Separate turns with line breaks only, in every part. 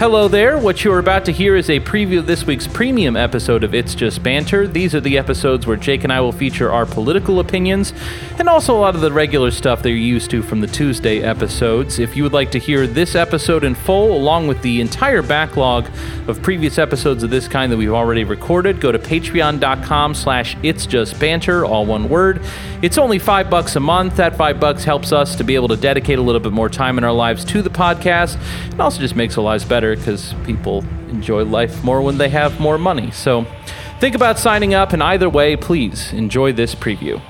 Hello there. What you are about to hear is a preview of this week's premium episode of It's Just Banter. These are the episodes where Jake and I will feature our political opinions and also a lot of the regular stuff they're used to from the Tuesday episodes. If you would like to hear this episode in full, along with the entire backlog of previous episodes of this kind that we've already recorded, go to patreon.com slash it's just banter, all one word. It's only five bucks a month. That five bucks helps us to be able to dedicate a little bit more time in our lives to the podcast. It also just makes our lives better because people enjoy life more when they have more money. So think about signing up, and either way, please enjoy this preview.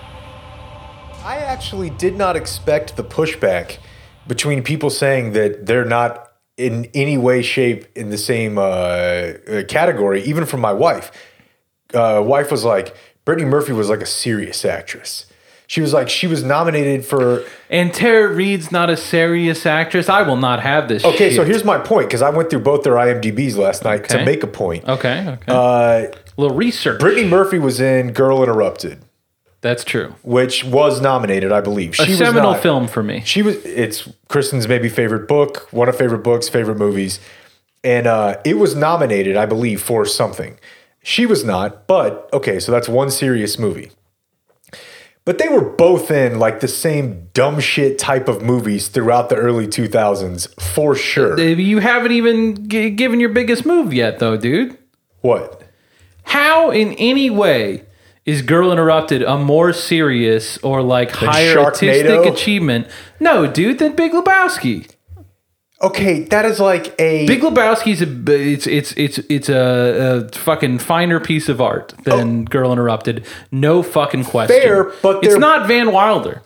I actually did not expect the pushback between people saying that they're not in any way, shape in the same uh, uh, category, even from my wife. Uh, wife was like, Brittany Murphy was like a serious actress. She was like, she was nominated for.
And Tara Reid's not a serious actress. I will not have this.
Okay, so
shit.
here's my point because I went through both their IMDb's last night
Okay. Oh.
to make a point.
okay, okay,
Uh,
little research.
Brittany Murphy was in Girl Interrupted,
That's true.
which was nominated, I believe.
A
was
seminal
not.
film for me.
she was it's kristen's maybe favorite book one of favorite books favorite movies and uh it was nominated i believe for something she was not but okay so that's one serious movie but they were both in like the same dumb shit type of movies throughout the early 2000s for sure
Uh, You haven't even g- given your biggest move yet, though, dude.
what
How in any way is Girl Interrupted a more serious or like higher artistic
Sharknado?
achievement? No, dude, than Big Lebowski.
okay that is like a
Big Lebowski's a b- it's it's it's it's a, a fucking finer piece of art than Girl Interrupted. No fucking question.
Oh. Fair, but
it's
they're-
not Van Wilder.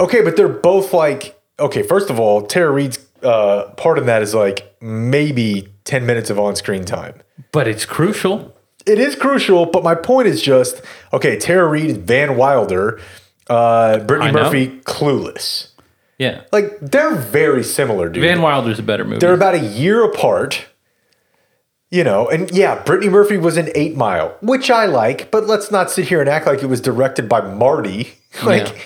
Okay, but they're both like okay. First of all, Tara Reid's uh, part in that is like maybe ten minutes of on-screen time.
But it's crucial.
It is crucial, but my point is just okay. Tara Reid and Van Wilder, uh, Brittany
I know.
Murphy, clueless.
Yeah.
Like they're very similar, dude.
Van Wilder's a better movie.
they're about a year apart. You know, and yeah, Brittany Murphy was in Eight Mile, which I like, but let's not sit here and act like it was directed by Marty. Like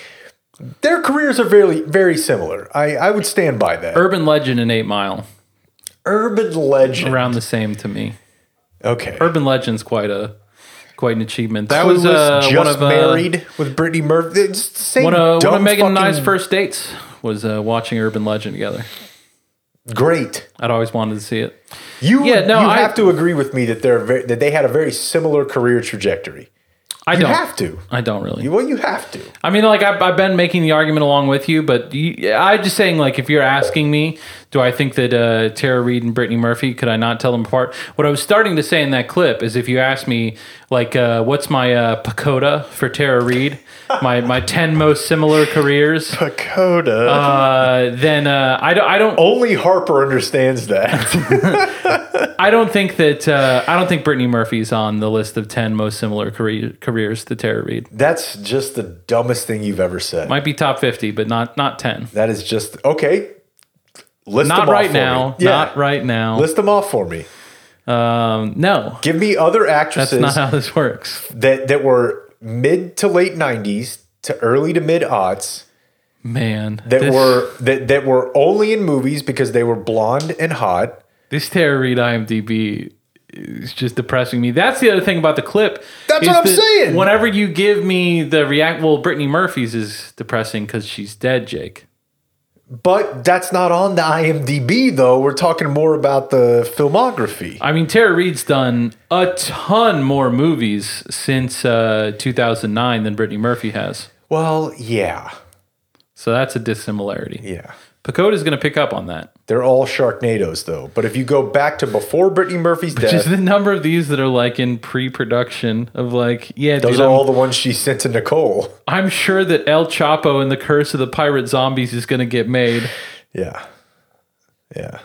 their careers are very, very similar. I, I would stand by that.
Urban Legend and Eight Mile
Urban legend.
around the same to me.
Okay.
Urban Legend's quite a quite an achievement. That
I
was uh,
just
one of uh,
married with Brittany Murphy. It's the same
one of, one
dumb
of Megan and I's
fucking-
first dates was uh, watching Urban Legend together.
Great.
I'd always wanted to see it.
You
Yeah, no,
you
I-
have to agree with me that they're very, that they had a very similar career trajectory.
I
You
don't
have to.
I don't really.
Well, you have to.
I mean, like I've, I've been making the argument along with you, but you, I'm just saying, like, if you're asking me, do I think that uh, Tara Reid and Brittany Murphy could I not tell them apart? What I was starting to say in that clip is, if you ask me, like, uh, what's my uh, pacoda for Tara Reid, my my ten most similar careers,
Pacoda.
uh, then uh, I don't I don't
Only Harper understands that.
I don't think that uh, I don't think Brittany Murphy's on the list of ten most similar career, careers to Tara Reid.
That's just the dumbest thing you've ever said.
Might be top fifty, but not not ten.
that is just okay. List
Not
them off
right
for
now.
Me. Yeah.
Not right now.
List them off for me.
Um, no,
Give me other actresses
That's not how this works.
that that were mid to late '90s to early to mid aughts
Man.
that
this,
were that that were only in movies because they were blonde and hot.
this Tara Reid IMDb is just depressing me. That's the other thing about the clip.
That's
is
what I'm
that
saying.
Whenever you give me the react, well, Brittany Murphy's is depressing because she's dead, Jake.
But that's not on the IMDb though. We're talking more about the filmography.
I mean, Tara Reid's done a ton more movies since uh, 2009 than Brittany Murphy has.
Well, yeah,
So that's a dissimilarity.
yeah.
Pacoda's going to pick up on that.
They're all Sharknadoes though. But if you go back to before Brittany Murphy's death,
Just the number of these that are like in pre production of like, yeah,
those
dude,
are
I'm-
all the ones she sent to Nicole.
I'm sure that El Chapo and the Curse of the Pirate Zombies is going to get made.
Yeah, yeah.